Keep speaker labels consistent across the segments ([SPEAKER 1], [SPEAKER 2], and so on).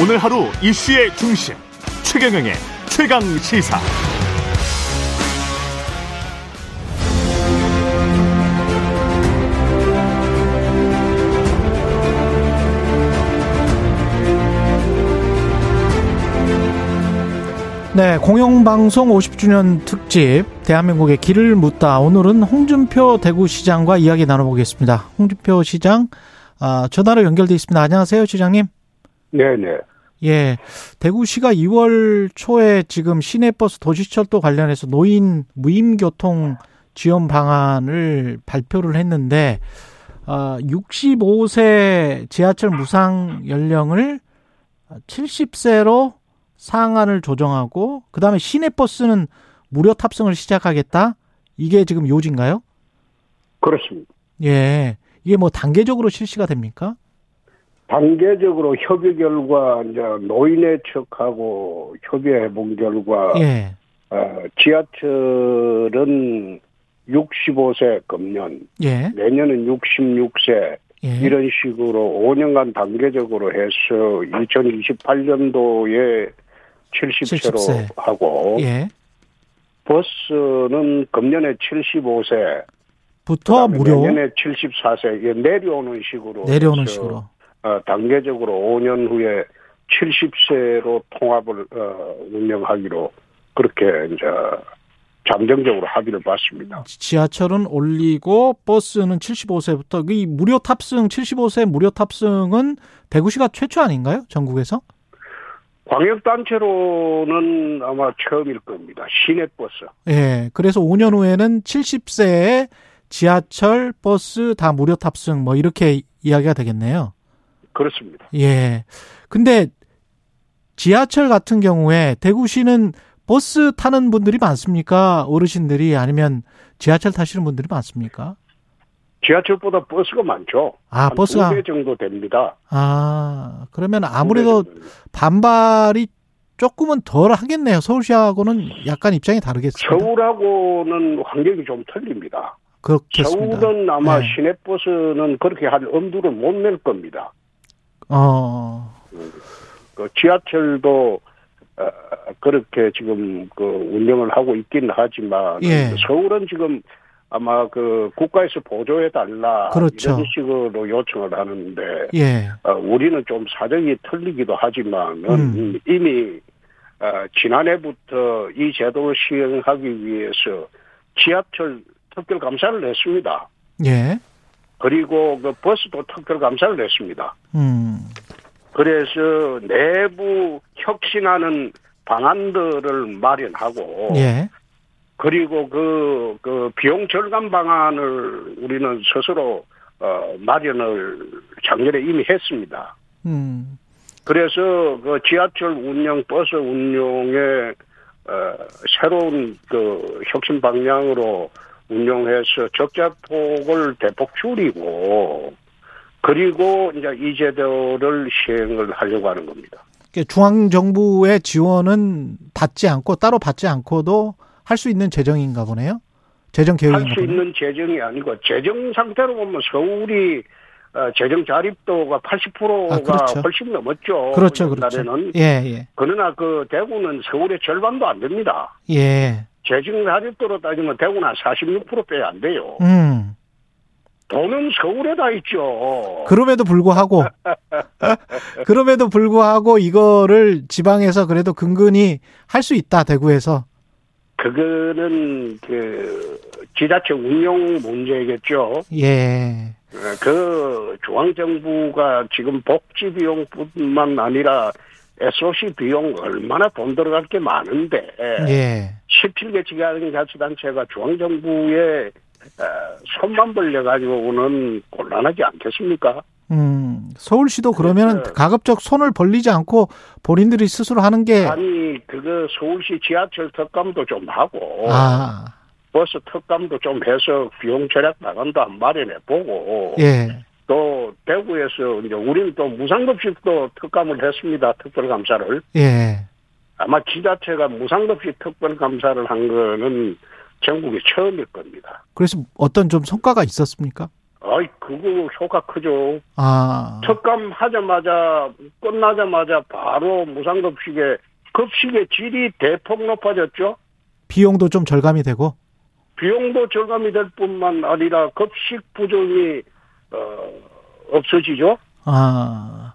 [SPEAKER 1] 오늘 하루 이슈의 중심 최경영의 최강 시사.
[SPEAKER 2] 네, 공영방송 50주년 특집 대한민국의 길을 묻다. 오늘은 홍준표 대구시장과 이야기 나눠보겠습니다. 홍준표 시장 아, 전화로 연결돼 있습니다. 안녕하세요, 시장님.
[SPEAKER 3] 네네.
[SPEAKER 2] 예, 대구시가 2월 초에 지금 시내버스 도시철도 관련해서 노인 무임교통 지원 방안을 발표를 했는데 아, 65세 지하철 무상 연령을 70세로 상한을 조정하고 그다음에 시내버스는 무료 탑승을 시작하겠다. 이게 지금 요지인가요?
[SPEAKER 3] 그렇습니다.
[SPEAKER 2] 예. 이게 뭐 단계적으로 실시가 됩니까?
[SPEAKER 3] 단계적으로 협의 결과 이제 노인의 측하고 협의해 본 결과
[SPEAKER 2] 예.
[SPEAKER 3] 어, 지하철은 65세 금년,
[SPEAKER 2] 예.
[SPEAKER 3] 내년은 66세
[SPEAKER 2] 예.
[SPEAKER 3] 이런 식으로 5년간 단계적으로 해서 2028년도에 70세로
[SPEAKER 2] 70세.
[SPEAKER 3] 하고
[SPEAKER 2] 예.
[SPEAKER 3] 버스는 금년에 75세,
[SPEAKER 2] 부터 무료
[SPEAKER 3] 내년에 74세 예, 내려오는 식으로
[SPEAKER 2] 내려오는
[SPEAKER 3] 해서
[SPEAKER 2] 식으로.
[SPEAKER 3] 어, 단계적으로 5년 후에 70세로 통합을 어, 운영하기로 그렇게 이제 잠정적으로 합의를 봤습니다.
[SPEAKER 2] 지하철은 올리고 버스는 75세부터 이 무료 탑승 75세 무료 탑승은 대구시가 최초 아닌가요? 전국에서?
[SPEAKER 3] 광역단체로는 아마 처음일 겁니다. 시내버스.
[SPEAKER 2] 예. 그래서 5년 후에는 70세에 지하철, 버스 다 무료 탑승 뭐 이렇게 이야기가 되겠네요.
[SPEAKER 3] 그렇습니다.
[SPEAKER 2] 예. 근데 지하철 같은 경우에 대구시는 버스 타는 분들이 많습니까? 어르신들이 아니면 지하철 타시는 분들이 많습니까?
[SPEAKER 3] 지하철보다 버스가 많죠.
[SPEAKER 2] 아, 버스가-
[SPEAKER 3] 한두배 정도 됩니다.
[SPEAKER 2] 아, 그러면
[SPEAKER 3] 두배
[SPEAKER 2] 아무래도
[SPEAKER 3] 정도는.
[SPEAKER 2] 반발이 조금은 덜 하겠네요. 서울시하고는 약간 입장이 다르겠습니다.
[SPEAKER 3] 서울하고는 환경이 좀 틀립니다.
[SPEAKER 2] 그렇겠습니다.
[SPEAKER 3] 서울은 아마
[SPEAKER 2] 네.
[SPEAKER 3] 시내버스는 그렇게 할 엄두를 못 낼 겁니다.
[SPEAKER 2] 어,
[SPEAKER 3] 그 지하철도 어, 그렇게 지금 그 운영을 하고 있긴 하지만
[SPEAKER 2] 예.
[SPEAKER 3] 서울은 지금 아마 그 국가에서 보조해 달라
[SPEAKER 2] 그렇죠.
[SPEAKER 3] 이런 식으로 요청을 하는데
[SPEAKER 2] 예.
[SPEAKER 3] 어, 우리는 좀 사정이 틀리기도 하지만
[SPEAKER 2] 음.
[SPEAKER 3] 이미 어, 지난해부터 이 제도를 시행하기 위해서 지하철 특별 감사를 했습니다.
[SPEAKER 2] 예.
[SPEAKER 3] 그리고 그 버스도 특별 감사를 했습니다.
[SPEAKER 2] 음.
[SPEAKER 3] 그래서 내부 혁신하는 방안들을 마련하고
[SPEAKER 2] 예.
[SPEAKER 3] 그리고 그, 그 비용 절감 방안을 우리는 스스로 어, 마련을 작년에 이미 했습니다.
[SPEAKER 2] 음.
[SPEAKER 3] 그래서 그 지하철 운영, 버스 운영에 어, 새로운 그 혁신 방향으로 운영해서 적자 폭을 대폭 줄이고 그리고 이제 이 제도를 시행을 하려고 하는 겁니다.
[SPEAKER 2] 그러니까 중앙 정부의 지원은 받지 않고 따로 받지 않고도 할 수 있는 재정인가 보네요. 재정
[SPEAKER 3] 할
[SPEAKER 2] 계획인가
[SPEAKER 3] 수
[SPEAKER 2] 보네요.
[SPEAKER 3] 있는 재정이 아니고 재정 상태로 보면 서울이 어, 재정 자립도가 80%가
[SPEAKER 2] 아, 그렇죠.
[SPEAKER 3] 훨씬 넘었죠.
[SPEAKER 2] 그렇죠, 그렇죠.
[SPEAKER 3] 옛날에는
[SPEAKER 2] 예, 예,
[SPEAKER 3] 그러나 그 대구는 서울의 절반도 안 됩니다.
[SPEAKER 2] 예.
[SPEAKER 3] 재정 자립도로 따지면 대구는 한 46%빼야 안 돼요.
[SPEAKER 2] 음.
[SPEAKER 3] 돈은 서울에 다 있죠.
[SPEAKER 2] 그럼에도 불구하고 그럼에도 불구하고 이거를 지방에서 그래도 근근히 할 수 있다 대구에서.
[SPEAKER 3] 그거는 그 지자체 운영 문제겠죠.
[SPEAKER 2] 예.
[SPEAKER 3] 그 중앙정부가 지금 복지 비용뿐만 아니라 SOC 비용 얼마나 돈 들어갈 게 많은데
[SPEAKER 2] 예.
[SPEAKER 3] 17개 지방자치단체가 중앙정부에 어, 손만 벌려가지고는 곤란하지 않겠습니까?
[SPEAKER 2] 음. 서울시도 그러면
[SPEAKER 3] 그래서-
[SPEAKER 2] 가급적 손을 벌리지 않고 본인들이 스스로 하는 게
[SPEAKER 3] 아니 그거 서울시 지하철 특감도 좀 하고
[SPEAKER 2] 아.
[SPEAKER 3] 버스 특감도 좀 해서 비용 절약 방안도 한 마련해 보고
[SPEAKER 2] 예.
[SPEAKER 3] 또 대구에서 이제 우리는 또 무상급식도 특감을 했습니다 특별감사를
[SPEAKER 2] 예.
[SPEAKER 3] 아마 지자체가 무상급식 특별 감사를 한 거는 전국이 처음일 겁니다.
[SPEAKER 2] 그래서 어떤 좀 성과가 있었습니까?
[SPEAKER 3] 아이 그 그거 효과 크죠.
[SPEAKER 2] 아,
[SPEAKER 3] 척감하자마자 끝나자마자 바로 무상급식에 급식의 질이 대폭 높아졌죠.
[SPEAKER 2] 비용도 좀 절감이 되고.
[SPEAKER 3] 비용도 절감이 될 뿐만 아니라 급식 부정이 어, 없어지죠.
[SPEAKER 2] 아,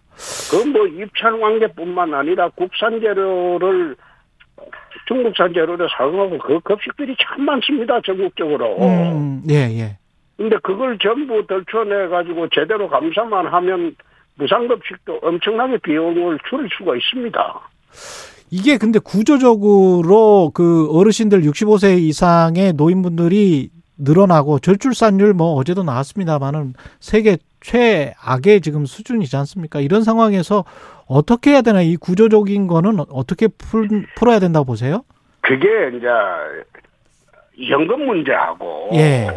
[SPEAKER 3] 그 뭐 입찰 관계뿐만 아니라 국산 재료를 중국산 재료를 사용하고 그 급식들이 참 많습니다 전국적으로.
[SPEAKER 2] 음, 예, 예.
[SPEAKER 3] 근데 그걸 전부 덜쳐내 가지고 제대로 감사만 하면 무상급식도 엄청나게 비용을 줄일 수가 있습니다.
[SPEAKER 2] 이게 근데 구조적으로 그 어르신들 65세 이상의 노인분들이 늘어나고 절출산율 뭐 어제도 나왔습니다만은 세계 최악의 지금 수준이지 않습니까? 이런 상황에서 어떻게 해야 되나 이 구조적인 거는 어떻게 풀, 풀어야 된다고 보세요?
[SPEAKER 3] 그게 이제 연금 문제하고
[SPEAKER 2] 예,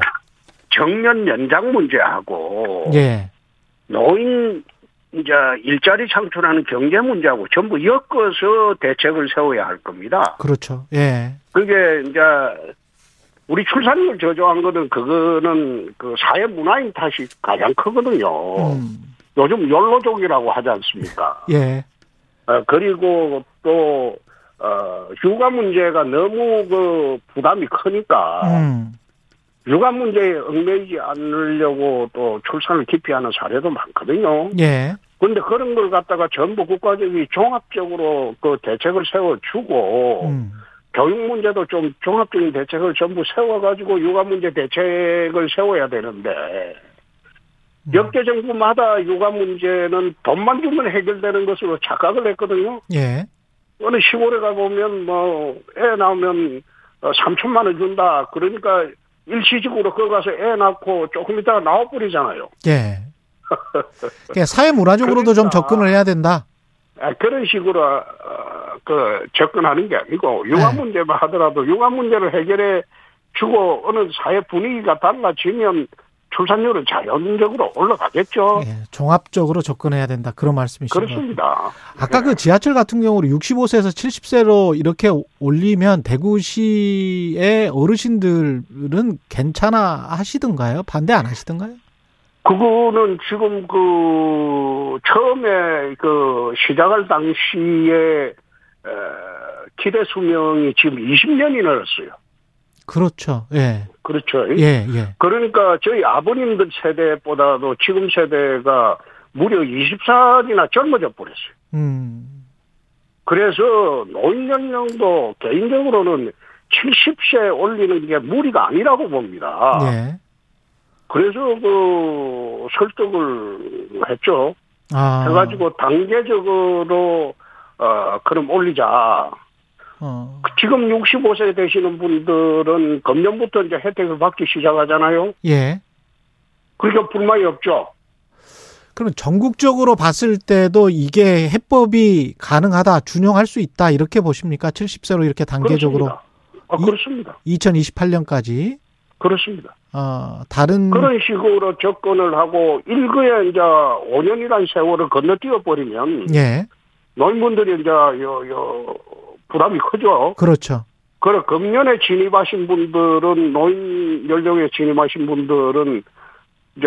[SPEAKER 3] 정년 연장 문제하고
[SPEAKER 2] 예,
[SPEAKER 3] 노인 이제 일자리 창출하는 경제 문제하고 전부 엮어서 대책을 세워야 할 겁니다.
[SPEAKER 2] 그렇죠. 예,
[SPEAKER 3] 그게 이제 우리 출산율 저조한 거는 그거는 그 사회 문화인 탓이 가장 크거든요.
[SPEAKER 2] 음,
[SPEAKER 3] 요즘 연로족이라고 하지 않습니까?
[SPEAKER 2] 예,
[SPEAKER 3] 어, 그리고 또 어, 육아 문제가 너무 그 부담이 크니까
[SPEAKER 2] 음,
[SPEAKER 3] 육아 문제에 얽매이지 않으려고 또 출산을 기피하는 사례도 많거든요.
[SPEAKER 2] 예,
[SPEAKER 3] 근데 그런 걸 갖다가 전부 국가적이 종합적으로 그 대책을 세워주고
[SPEAKER 2] 음,
[SPEAKER 3] 교육 문제도 좀 종합적인 대책을 전부 세워가지고 육아 문제 대책을 세워야 되는데
[SPEAKER 2] 음.
[SPEAKER 3] 역대 정부마다 육아 문제는 돈만 주면 해결되는 것으로 착각을 했거든요.
[SPEAKER 2] 예,
[SPEAKER 3] 어느 시골에 가보면 뭐 애 낳으면 어, 3천만 원 준다. 그러니까 일시적으로 거기 가서 애 낳고 조금 있다가 나와버리잖아요.
[SPEAKER 2] 예. 그러니까 사회 문화적으로도 좀
[SPEAKER 3] 그러니까.
[SPEAKER 2] 접근을 해야 된다.
[SPEAKER 3] 아, 그런 식으로 어, 그 접근하는 게 아니고 육아
[SPEAKER 2] 네.
[SPEAKER 3] 문제만 하더라도 육아 문제를 해결해 주고 어느 사회 분위기가 달라지면 출산율은 자연적으로 올라가겠죠.
[SPEAKER 2] 예, 종합적으로 접근해야 된다. 그런 말씀이신 것 같아요.
[SPEAKER 3] 어. 네, 그렇습니다.
[SPEAKER 2] 아까 그 지하철 같은 경우로 65세에서 70세로 이렇게 올리면 대구시의 어르신들은 괜찮아 하시던가요? 반대 안 하시던가요?
[SPEAKER 3] 그거는 지금 그 처음에 그 시작할 당시에 에, 기대 수명이 지금 20년이 늘었어요.
[SPEAKER 2] 그렇죠. 예.
[SPEAKER 3] 그렇죠.
[SPEAKER 2] 예, 예.
[SPEAKER 3] 그러니까 저희 아버님들 세대보다도 지금 세대가 무려 20살이나 젊어져 버렸어요.
[SPEAKER 2] 음.
[SPEAKER 3] 그래서 노인 연령도 개인적으로는 70세 올리는 게 무리가 아니라고 봅니다.
[SPEAKER 2] 예.
[SPEAKER 3] 그래서 그 설득을 했죠.
[SPEAKER 2] 아.
[SPEAKER 3] 해가지고 단계적으로 어 그럼 올리자.
[SPEAKER 2] 어.
[SPEAKER 3] 지금 65세 되시는 분들은 금년부터 이제 혜택을 받기 시작하잖아요.
[SPEAKER 2] 예.
[SPEAKER 3] 그러니까 불만이 없죠.
[SPEAKER 2] 그럼 전국적으로 봤을 때도 이게 해법이 가능하다, 준용할 수 있다 이렇게 보십니까? 70세로 이렇게 단계적으로
[SPEAKER 3] 그렇습니다. 아,
[SPEAKER 2] 이-
[SPEAKER 3] 그렇습니다.
[SPEAKER 2] 2028년까지
[SPEAKER 3] 그렇습니다.
[SPEAKER 2] 어, 다른
[SPEAKER 3] 그런 식으로 접근을 하고 일거에 이제 5년이라는 세월을 건너뛰어 버리면
[SPEAKER 2] 예.
[SPEAKER 3] 노인분들이 이제 요, 요 부담이 크죠.
[SPEAKER 2] 그렇죠.
[SPEAKER 3] 그래 금년에 진입하신 분들은 노인 연령에 진입하신 분들은 이제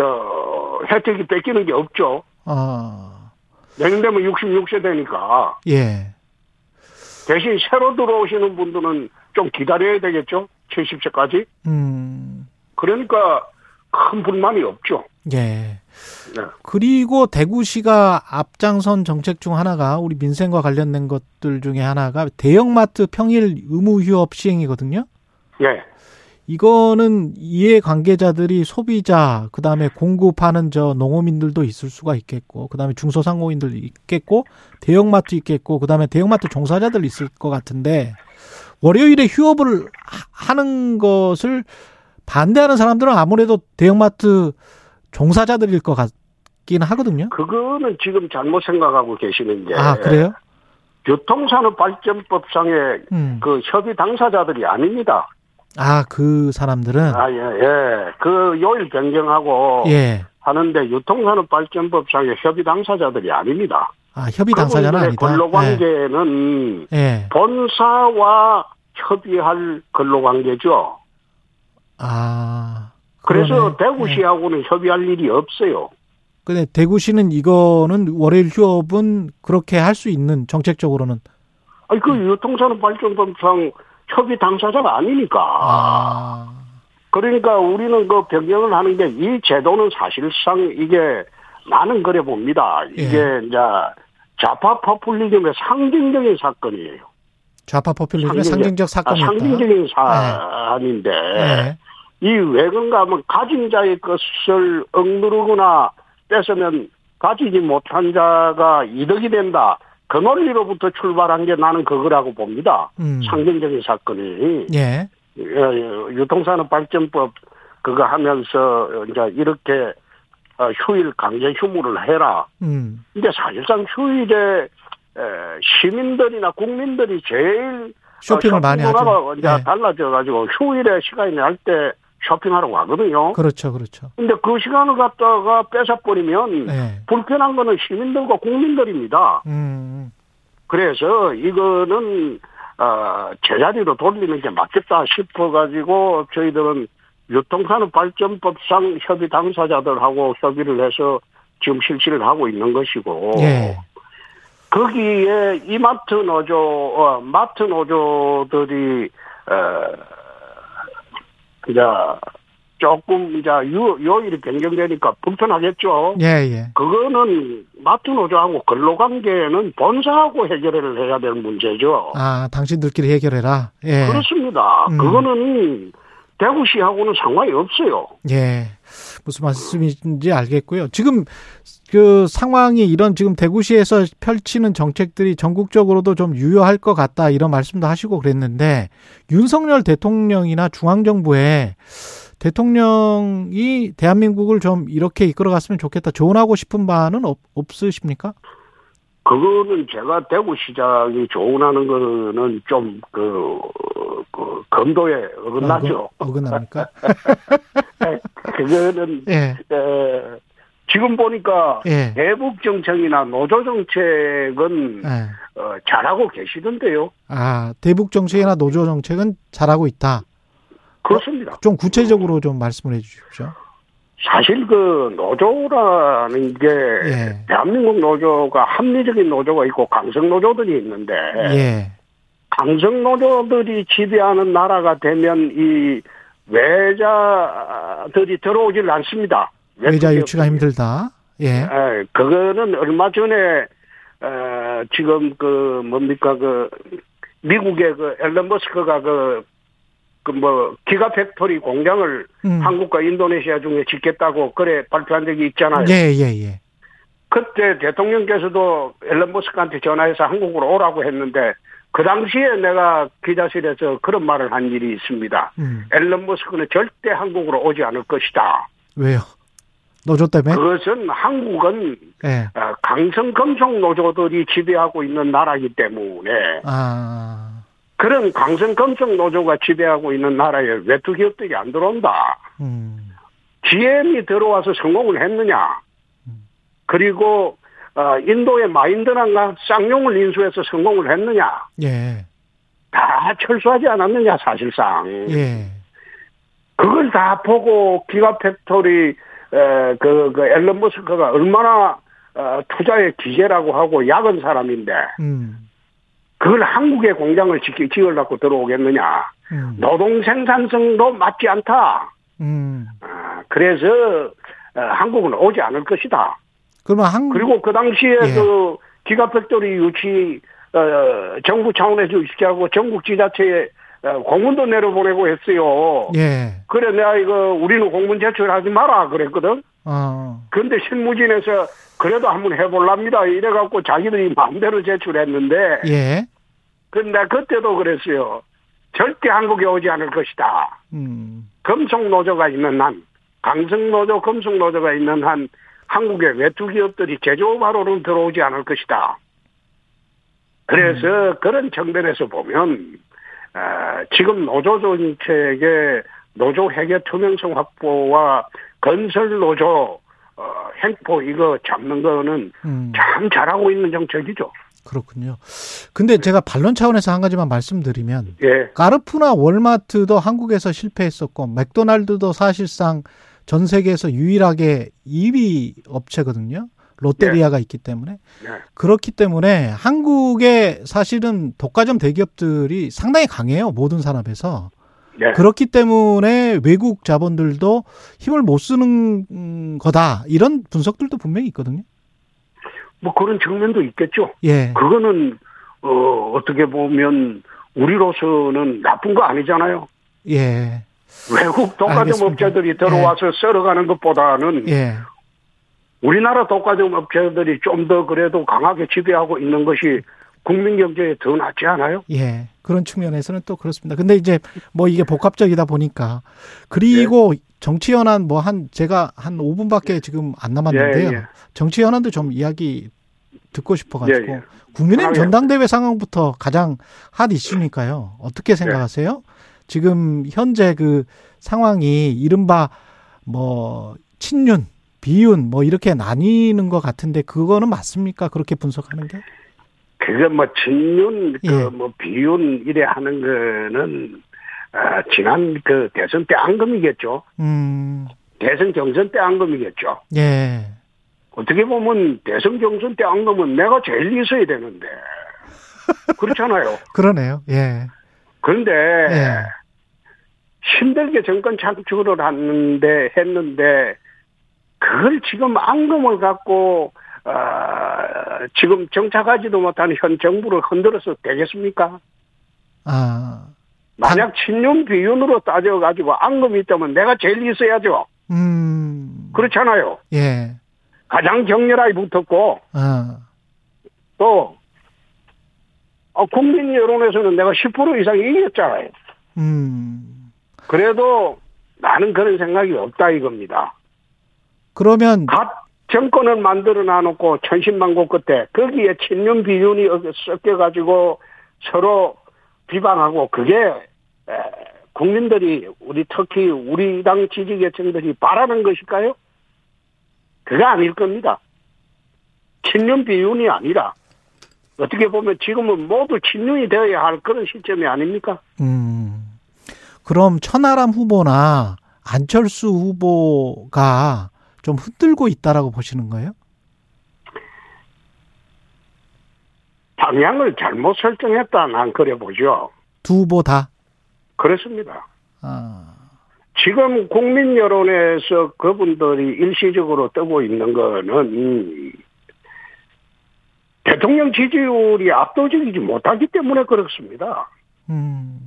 [SPEAKER 3] 혜택이 뺏기는 게 없죠.
[SPEAKER 2] 어.
[SPEAKER 3] 내년 되면 66세 되니까
[SPEAKER 2] 예.
[SPEAKER 3] 대신 새로 들어오시는 분들은 좀 기다려야 되겠죠. 70세까지.
[SPEAKER 2] 음,
[SPEAKER 3] 그러니까 큰 불만이 없죠.
[SPEAKER 2] 예.
[SPEAKER 3] 네.
[SPEAKER 2] 그리고 대구시가 앞장선 정책 중 하나가 우리 민생과 관련된 것들 중에 하나가 대형마트 평일 의무 휴업 시행이거든요.
[SPEAKER 3] 예.
[SPEAKER 2] 이거는 이해 관계자들이 소비자, 그 다음에 공급하는 저 농어민들도 있을 수가 있겠고, 그 다음에 중소상공인들 있겠고, 대형마트 있겠고, 그 다음에 대형마트 종사자들 있을 것 같은데, 월요일에 휴업을 하- 하는 것을 반대하는 사람들은 아무래도 대형마트 종사자들일 것 같긴 하거든요.
[SPEAKER 3] 그거는 지금 잘못 생각하고 계시는 게
[SPEAKER 2] 아, 그래요?
[SPEAKER 3] 교통산업 발전법상의
[SPEAKER 2] 음.
[SPEAKER 3] 그 협의 당사자들이 아닙니다.
[SPEAKER 2] 아, 그 사람들은?
[SPEAKER 3] 아, 어. 예, 예. 그 요일 변경하고
[SPEAKER 2] 예.
[SPEAKER 3] 하는데 유통산업 발전법상의 협의 당사자들이 아닙니다.
[SPEAKER 2] 아, 협의 당사자는
[SPEAKER 3] 그분들의
[SPEAKER 2] 아니다.
[SPEAKER 3] 근로관계는
[SPEAKER 2] 예. 예.
[SPEAKER 3] 본사와 협의할 근로관계죠.
[SPEAKER 2] 아, 그러네.
[SPEAKER 3] 그래서
[SPEAKER 2] 예.
[SPEAKER 3] 대구시하고는 협의할 일이 없어요.
[SPEAKER 2] 근데 대구시는 이거는 월요일 휴업은 그렇게 할 수 있는 정책적으로는
[SPEAKER 3] 아니 그
[SPEAKER 2] 예.
[SPEAKER 3] 유통산업 발전법상 협의 당사자가 아니니까.
[SPEAKER 2] 아,
[SPEAKER 3] 그러니까 우리는 그 변경을 하는 게 이 제도는 사실상 이게 나는 그래 봅니다. 이게
[SPEAKER 2] 예.
[SPEAKER 3] 이제 좌파 퍼플리즘의 상징적인 사건이에요.
[SPEAKER 2] 좌파 포퓰리즘의
[SPEAKER 3] 상징적-
[SPEAKER 2] 상징적 사건이었다.
[SPEAKER 3] 아,
[SPEAKER 2] 네.
[SPEAKER 3] 상징적인 네. 사안인데
[SPEAKER 2] 예.
[SPEAKER 3] 이 외근가 하면 가진 자의 것을 억누르거나 뺏으면 가지지 못한 자가 이득이 된다. 그 논리로부터 출발한 게 나는 그거라고 봅니다.
[SPEAKER 2] 음.
[SPEAKER 3] 상징적인 사건이
[SPEAKER 2] 예.
[SPEAKER 3] 예, 예, 유통산업 발전법 그거 하면서 이제 이렇게 어, 휴일 강제 휴무를 해라.
[SPEAKER 2] 음.
[SPEAKER 3] 근데 사실상 휴일에 에, 시민들이나 국민들이 제일
[SPEAKER 2] 쇼핑을
[SPEAKER 3] 어,
[SPEAKER 2] 많이
[SPEAKER 3] 쇼핑문화가
[SPEAKER 2] 하죠.
[SPEAKER 3] 이제
[SPEAKER 2] 예.
[SPEAKER 3] 달라져가지고 휴일에 시간이 날 때 쇼핑하러 가거든요.
[SPEAKER 2] 그렇죠, 그렇죠.
[SPEAKER 3] 근데 그 시간을 갖다가 뺏어버리면
[SPEAKER 2] 예.
[SPEAKER 3] 불편한 거는 시민들과 국민들입니다.
[SPEAKER 2] 음.
[SPEAKER 3] 그래서 이거는 어, 제자리로 돌리는 게 맞겠다 싶어가지고 저희들은 유통산업발전법상 협의 당사자들하고 협의를 해서 지금 실시를 하고 있는 것이고
[SPEAKER 2] 예.
[SPEAKER 3] 거기에 이마트 노조, 어, 마트 노조들이, 어, 이제, 조금, 이제, 요, 요일이 변경되니까 불편하겠죠.
[SPEAKER 2] 예, 예.
[SPEAKER 3] 그거는 마트 노조하고 근로관계는 본사하고 해결을 해야 될 문제죠.
[SPEAKER 2] 아, 당신들끼리 해결해라. 예.
[SPEAKER 3] 그렇습니다.
[SPEAKER 2] 음.
[SPEAKER 3] 그거는 대구시하고는 상관이 없어요.
[SPEAKER 2] 예. 무슨 말씀인지 알겠고요. 지금 그 상황이 이런 지금 대구시에서 펼치는 정책들이 전국적으로도 좀 유효할 것 같다 이런 말씀도 하시고 그랬는데 윤석열 대통령이나 중앙정부에 대통령이 대한민국을 좀 이렇게 이끌어갔으면 좋겠다 조언하고 싶은 바는 없, 없으십니까?
[SPEAKER 3] 그거는 제가 대구시장이 조언하는 거는 좀, 그, 그 검도에 어긋나죠.
[SPEAKER 2] 어긋, 납니까 아,
[SPEAKER 3] 그거는
[SPEAKER 2] 예.
[SPEAKER 3] 에, 지금 보니까
[SPEAKER 2] 예.
[SPEAKER 3] 대북 정책이나 노조 정책은
[SPEAKER 2] 예.
[SPEAKER 3] 어, 잘하고 계시던데요.
[SPEAKER 2] 아, 대북 정책이나 노조 정책은 잘하고 있다.
[SPEAKER 3] 그렇습니다.
[SPEAKER 2] 좀 구체적으로 좀 말씀을 해 주십시오.
[SPEAKER 3] 사실 그 노조라는 게
[SPEAKER 2] 예.
[SPEAKER 3] 대한민국 노조가 합리적인 노조가 있고 강성 노조들이 있는데
[SPEAKER 2] 예.
[SPEAKER 3] 강성 노조들이 지배하는 나라가 되면 이 외자들이 들어오질 않습니다.
[SPEAKER 2] 외자 유치가 힘들다. 예.
[SPEAKER 3] 예, 그거는 얼마 전에 어, 지금 그 뭡니까 그 미국의 그 앨런 머스크가 그 그 뭐 기가 팩토리 공장을
[SPEAKER 2] 음.
[SPEAKER 3] 한국과 인도네시아 중에 짓겠다고 그래 발표한 적이 있잖아요.
[SPEAKER 2] 예, 예, 예.
[SPEAKER 3] 그때 대통령께서도 앨런 머스크한테 전화해서 한국으로 오라고 했는데 그 당시에 내가 기자실에서 그런 말을 한 일이 있습니다.
[SPEAKER 2] 음.
[SPEAKER 3] 앨런 머스크는 절대 한국으로 오지 않을 것이다.
[SPEAKER 2] 왜요? 노조 때문에?
[SPEAKER 3] 그것은 한국은
[SPEAKER 2] 예.
[SPEAKER 3] 아, 강성 금속 노조들이 지배하고 있는 나라이기 때문에
[SPEAKER 2] 아.
[SPEAKER 3] 그런 강성 금속 노조가 지배하고 있는 나라에 외투 기업들이 안 들어온다.
[SPEAKER 2] 음.
[SPEAKER 3] GM이 들어와서 성공을 했느냐? 그리고 어, 인도의 마인드랑가 쌍용을 인수해서 성공을 했느냐?
[SPEAKER 2] 예.
[SPEAKER 3] 다 철수하지 않았느냐 사실상
[SPEAKER 2] 예.
[SPEAKER 3] 그걸 다 보고 기가팩토리 에, 그, 그 앨런 머스크가 얼마나 어, 투자의 기재라고 하고 약은 사람인데
[SPEAKER 2] 음.
[SPEAKER 3] 그걸 한국의 공장을 짓기, 지으려고 들어오겠느냐.
[SPEAKER 2] 음.
[SPEAKER 3] 노동 생산성도 맞지 않다.
[SPEAKER 2] 음.
[SPEAKER 3] 아, 그래서 어, 한국은 오지 않을 것이다.
[SPEAKER 2] 그러면 한
[SPEAKER 3] 그리고 그 당시에
[SPEAKER 2] 예.
[SPEAKER 3] 그 기가팩토리 유치 어, 정부 차원에서 유치하고 전국 지자체에 어, 공문도 내려보내고 했어요.
[SPEAKER 2] 예.
[SPEAKER 3] 그래 내가 이거 우리는 공문 제출하지 마라 그랬거든.
[SPEAKER 2] 어.
[SPEAKER 3] 그런데 실무진에서 그래도 한번 해볼랍니다. 이래갖고 자기들이 마음대로 제출했는데
[SPEAKER 2] 예.
[SPEAKER 3] 근데 그때도 그랬어요. 절대 한국에 오지 않을 것이다.
[SPEAKER 2] 음.
[SPEAKER 3] 금속 노조가 있는 한, 강성 노조, 금속 노조가 있는 한, 한국의 외투 기업들이 제조업 하로는 들어오지 않을 것이다. 그래서 그런 정면에서 보면 아, 지금 노조 정책의 노조 회계 투명성 확보와 건설 노조 어, 행포 이거 잡는 거는
[SPEAKER 2] 음.
[SPEAKER 3] 참 잘하고 있는 정책이죠.
[SPEAKER 2] 그렇군요. 근데 제가 반론 차원에서 한 가지만 말씀드리면
[SPEAKER 3] 예,
[SPEAKER 2] 가르푸나 월마트도 한국에서 실패했었고 맥도날드도 사실상 전 세계에서 유일하게 2위 업체거든요. 롯데리아가 있기 때문에
[SPEAKER 3] 네.
[SPEAKER 2] 그렇기 때문에 한국의 사실은 독과점 대기업들이 상당히 강해요. 모든 산업에서.
[SPEAKER 3] 네.
[SPEAKER 2] 그렇기 때문에 외국 자본들도 힘을 못 쓰는 음, 거다. 이런 분석들도 분명히 있거든요.
[SPEAKER 3] 뭐 그런 측면도 있겠죠.
[SPEAKER 2] 예.
[SPEAKER 3] 그거는 어, 어떻게 보면 우리로서는 나쁜 거 아니잖아요.
[SPEAKER 2] 예.
[SPEAKER 3] 외국 독과점
[SPEAKER 2] 알겠습니다. 네.
[SPEAKER 3] 업체들이 들어와서 썰어가는 것보다는
[SPEAKER 2] 예.
[SPEAKER 3] 우리나라 독과점 업체들이 좀 더 그래도 강하게 지배하고 있는 것이 국민 경제에 더 낫지 않아요?
[SPEAKER 2] 예. 그런 측면에서는 또 그렇습니다. 근데 이제 뭐 이게 복합적이다 보니까
[SPEAKER 3] 예.
[SPEAKER 2] 그리고 정치 현안 뭐 한 제가 한 5분밖에 지금 안 남았는데요.
[SPEAKER 3] 예, 예.
[SPEAKER 2] 정치 현안도 좀 이야기 듣고 싶어 가지고
[SPEAKER 3] 예, 예.
[SPEAKER 2] 국민의힘
[SPEAKER 3] 아, 예.
[SPEAKER 2] 전당대회 상황부터 가장 핫 이슈니까요.
[SPEAKER 3] 예.
[SPEAKER 2] 어떻게 생각하세요? 지금 현재 그 상황이 이른바 뭐 친윤, 비윤 뭐 이렇게 나뉘는 것 같은데 그거는 맞습니까? 그렇게 분석하는 게?
[SPEAKER 3] 그게 뭐 친윤,
[SPEAKER 2] 예.
[SPEAKER 3] 그 뭐 비윤 이래 하는 거는 아, 지난 그 대선 때 안금이겠죠.
[SPEAKER 2] 음.
[SPEAKER 3] 대선 경선 때 안금이겠죠.
[SPEAKER 2] 예.
[SPEAKER 3] 어떻게 보면 대선 경선 때 안금은 내가 제일 있어야 되는데 그렇잖아요.
[SPEAKER 2] 그러네요. 예.
[SPEAKER 3] 그런데
[SPEAKER 2] 예.
[SPEAKER 3] 힘들게 정권 창출을 하는데 했는데 그걸 지금 앙금을 갖고 어, 지금 정착하지도 못한 현 정부를 흔들어서 되겠습니까?
[SPEAKER 2] 아.
[SPEAKER 3] 만약 친윤 비윤으로 따져가지고 앙금이 있다면 내가 제일 있어야죠.
[SPEAKER 2] 음.
[SPEAKER 3] 그렇잖아요.
[SPEAKER 2] 예.
[SPEAKER 3] 가장 격렬하게 붙었고
[SPEAKER 2] 아.
[SPEAKER 3] 또 어, 국민 여론에서는 내가 10% 이상 이겼잖아요.
[SPEAKER 2] 음.
[SPEAKER 3] 그래도 나는 그런 생각이 없다 이겁니다.
[SPEAKER 2] 그러면
[SPEAKER 3] 갓 정권을 만들어 놔놓고 천신만고 끝에 거기에 친윤 비윤이 섞여가지고 서로 비방하고 그게 에, 국민들이 우리 특히 우리 당 지지계층들이 바라는 것일까요? 그게 아닐 겁니다. 친윤 비윤이 아니라 어떻게 보면 지금은 모두 친윤이 되어야 할 그런 시점이 아닙니까?
[SPEAKER 2] 음. 그럼 천하람 후보나 안철수 후보가 좀 흔들고 있다라고 보시는 거예요?
[SPEAKER 3] 방향을 잘못 설정했다 난 그래 보죠.
[SPEAKER 2] 두 후보 다.
[SPEAKER 3] 그렇습니다.
[SPEAKER 2] 아.
[SPEAKER 3] 지금 국민 여론에서 그분들이 일시적으로 뜨고 있는 거는 대통령 지지율이 압도적이지 못하기 때문에 그렇습니다.
[SPEAKER 2] 음.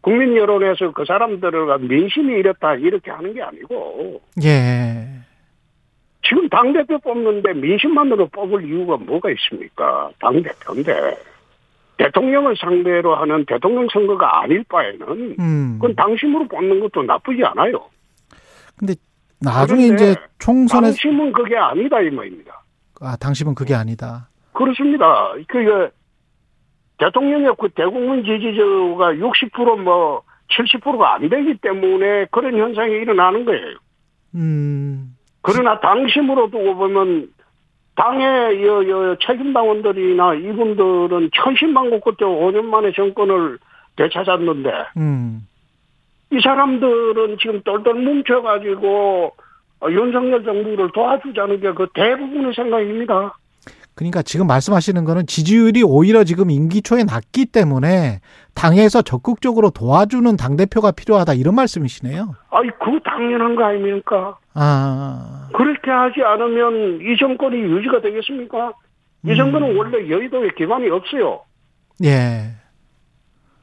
[SPEAKER 3] 국민 여론에서 그 사람들을 민심이 이렇다 이렇게 하는 게 아니고
[SPEAKER 2] 예.
[SPEAKER 3] 지금 당대표 뽑는데 민심만으로 뽑을 이유가 뭐가 있습니까? 당대표인데 대통령을 상대로 하는 대통령 선거가 아닐 바에는
[SPEAKER 2] 음.
[SPEAKER 3] 그건 당심으로 뽑는 것도 나쁘지 않아요.
[SPEAKER 2] 근데 나중에
[SPEAKER 3] 그런데
[SPEAKER 2] 이제 총선에 서
[SPEAKER 3] 당심은 그게 아니다 이 말입니다.
[SPEAKER 2] 아, 당신은 그게 아니다.
[SPEAKER 3] 그렇습니다. 그, 대통령의 그 대국민 지지자가 60%뭐 70%가 안 되기 때문에 그런 현상이 일어나는 거예요.
[SPEAKER 2] 음.
[SPEAKER 3] 그러나 당심으로 두고 보면 당의 여, 여 책임당원들이나 이분들은 천신만고 끝에 5년 만에 정권을 되찾았는데
[SPEAKER 2] 음.
[SPEAKER 3] 이 사람들은 지금 똘똘 뭉쳐가지고 어, 윤석열 정부를 도와주자는 게 그 대부분의 생각입니다.
[SPEAKER 2] 그러니까 지금 말씀하시는 거는 지지율이 오히려 지금 임기 초에 낮기 때문에 당에서 적극적으로 도와주는 당대표가 필요하다 이런 말씀이시네요.
[SPEAKER 3] 아이, 그거 당연한 거 아닙니까?
[SPEAKER 2] 아,
[SPEAKER 3] 그렇게 하지 않으면 이 정권이 유지가 되겠습니까? 이 정권은 원래 여의도에 기반이 없어요.
[SPEAKER 2] 예.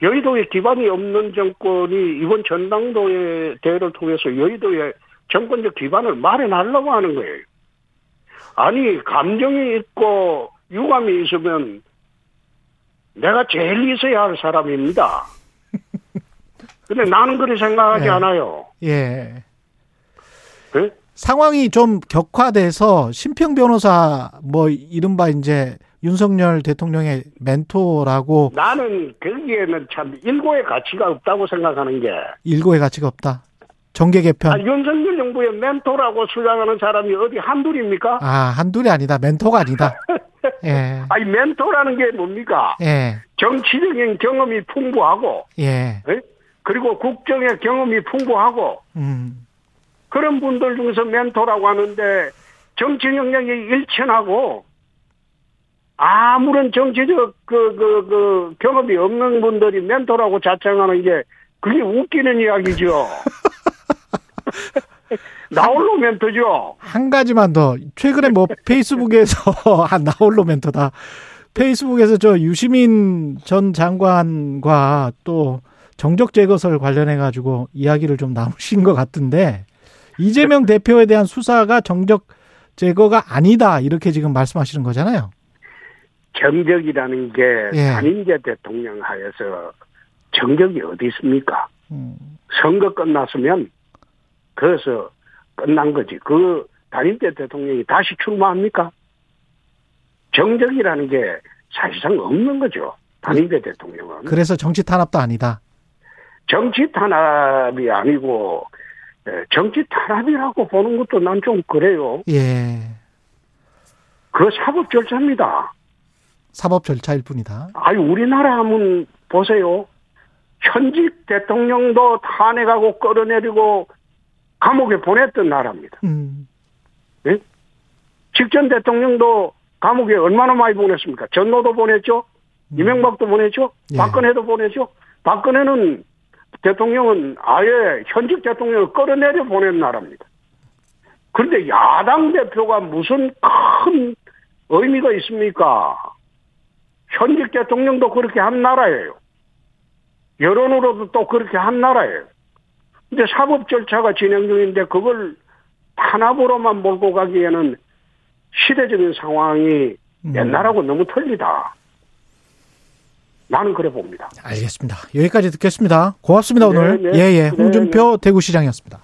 [SPEAKER 3] 여의도에 기반이 없는 정권이 이번 전당도의 대회를 통해서 여의도에 정권적 기반을 마련하려고 하는 거예요. 아니, 감정이 있고 유감이 있으면 내가 제일 있어야 할 사람입니다. 근데 나는 그렇게 생각하지
[SPEAKER 2] 네.
[SPEAKER 3] 않아요.
[SPEAKER 2] 예.
[SPEAKER 3] 예?
[SPEAKER 2] 상황이 좀 격화돼서 심평 변호사 뭐 이른바 이제 윤석열 대통령의 멘토라고
[SPEAKER 3] 나는 거기에는 참 일고의 가치가 없다고 생각하는 게
[SPEAKER 2] 일고의 가치가 없다. 정계
[SPEAKER 3] 아,
[SPEAKER 2] 개편.
[SPEAKER 3] 윤석열 정부의 멘토라고 주장하는 사람이 어디 한둘입니까?
[SPEAKER 2] 아, 한둘이 아니다. 멘토가 아니다. 예.
[SPEAKER 3] 아니 멘토라는 게 뭡니까?
[SPEAKER 2] 예.
[SPEAKER 3] 정치적인 경험이 풍부하고
[SPEAKER 2] 예.
[SPEAKER 3] 예? 그리고 국정의 경험이 풍부하고
[SPEAKER 2] 음.
[SPEAKER 3] 그런 분들 중에서 멘토라고 하는데 정치 역량이 일천하고 아무런 정치적 그, 그, 그 경험이 없는 분들이 멘토라고 자청하는 게 그게 웃기는 이야기죠. 나홀로 멘토죠.
[SPEAKER 2] 한 가지만 더. 최근에 뭐 페이스북에서 한 나홀로 멘토다. 페이스북에서 저 유시민 전 장관과 또 정적 재거설 관련해 가지고 이야기를 좀 나누신 것 같은데 이재명 대표에 대한 수사가 정적 제거가 아니다 이렇게 지금 말씀하시는 거잖아요.
[SPEAKER 3] 정적이라는 게
[SPEAKER 2] 예.
[SPEAKER 3] 단임제 대통령 하에서 정적이 어디 있습니까?
[SPEAKER 2] 음,
[SPEAKER 3] 선거 끝났으면 그래서 끝난 거지. 그 단임제 대통령이 다시 출마합니까? 정적이라는 게 사실상 없는 거죠. 단임제 대통령은
[SPEAKER 2] 그래서 정치 탄압도 아니다.
[SPEAKER 3] 정치 탄압이 아니고 에, 정치 탄압이라고 보는 것도 난 좀 그래요.
[SPEAKER 2] 예.
[SPEAKER 3] 그 사법 절차입니다.
[SPEAKER 2] 사법 절차일 뿐이다.
[SPEAKER 3] 아니 우리나라 하면 보세요. 현직 대통령도 탄핵하고 끌어내리고 감옥에 보냈던 나라입니다.
[SPEAKER 2] 음.
[SPEAKER 3] 직전 대통령도 감옥에 얼마나 많이 보냈습니까? 전노도 보냈죠? 이명박도 보냈죠?
[SPEAKER 2] 예.
[SPEAKER 3] 박근혜도 보냈죠? 박근혜는 대통령은 아예 현직 대통령을 끌어내려 보낸 나라입니다. 그런데 야당 대표가 무슨 큰 의미가 있습니까? 현직 대통령도 그렇게 한 나라예요. 여론으로도 또 그렇게 한 나라예요. 근데 사법 절차가 진행 중인데 그걸 탄압으로만 몰고 가기에는 시대적인 상황이
[SPEAKER 2] 음.
[SPEAKER 3] 옛날하고 너무 틀리다. 나는 그래 봅니다.
[SPEAKER 2] 알겠습니다. 여기까지 듣겠습니다. 고맙습니다,
[SPEAKER 3] 네,
[SPEAKER 2] 오늘.
[SPEAKER 3] 네.
[SPEAKER 2] 예, 예.
[SPEAKER 3] 네,
[SPEAKER 2] 홍준표 대구시장이었습니다.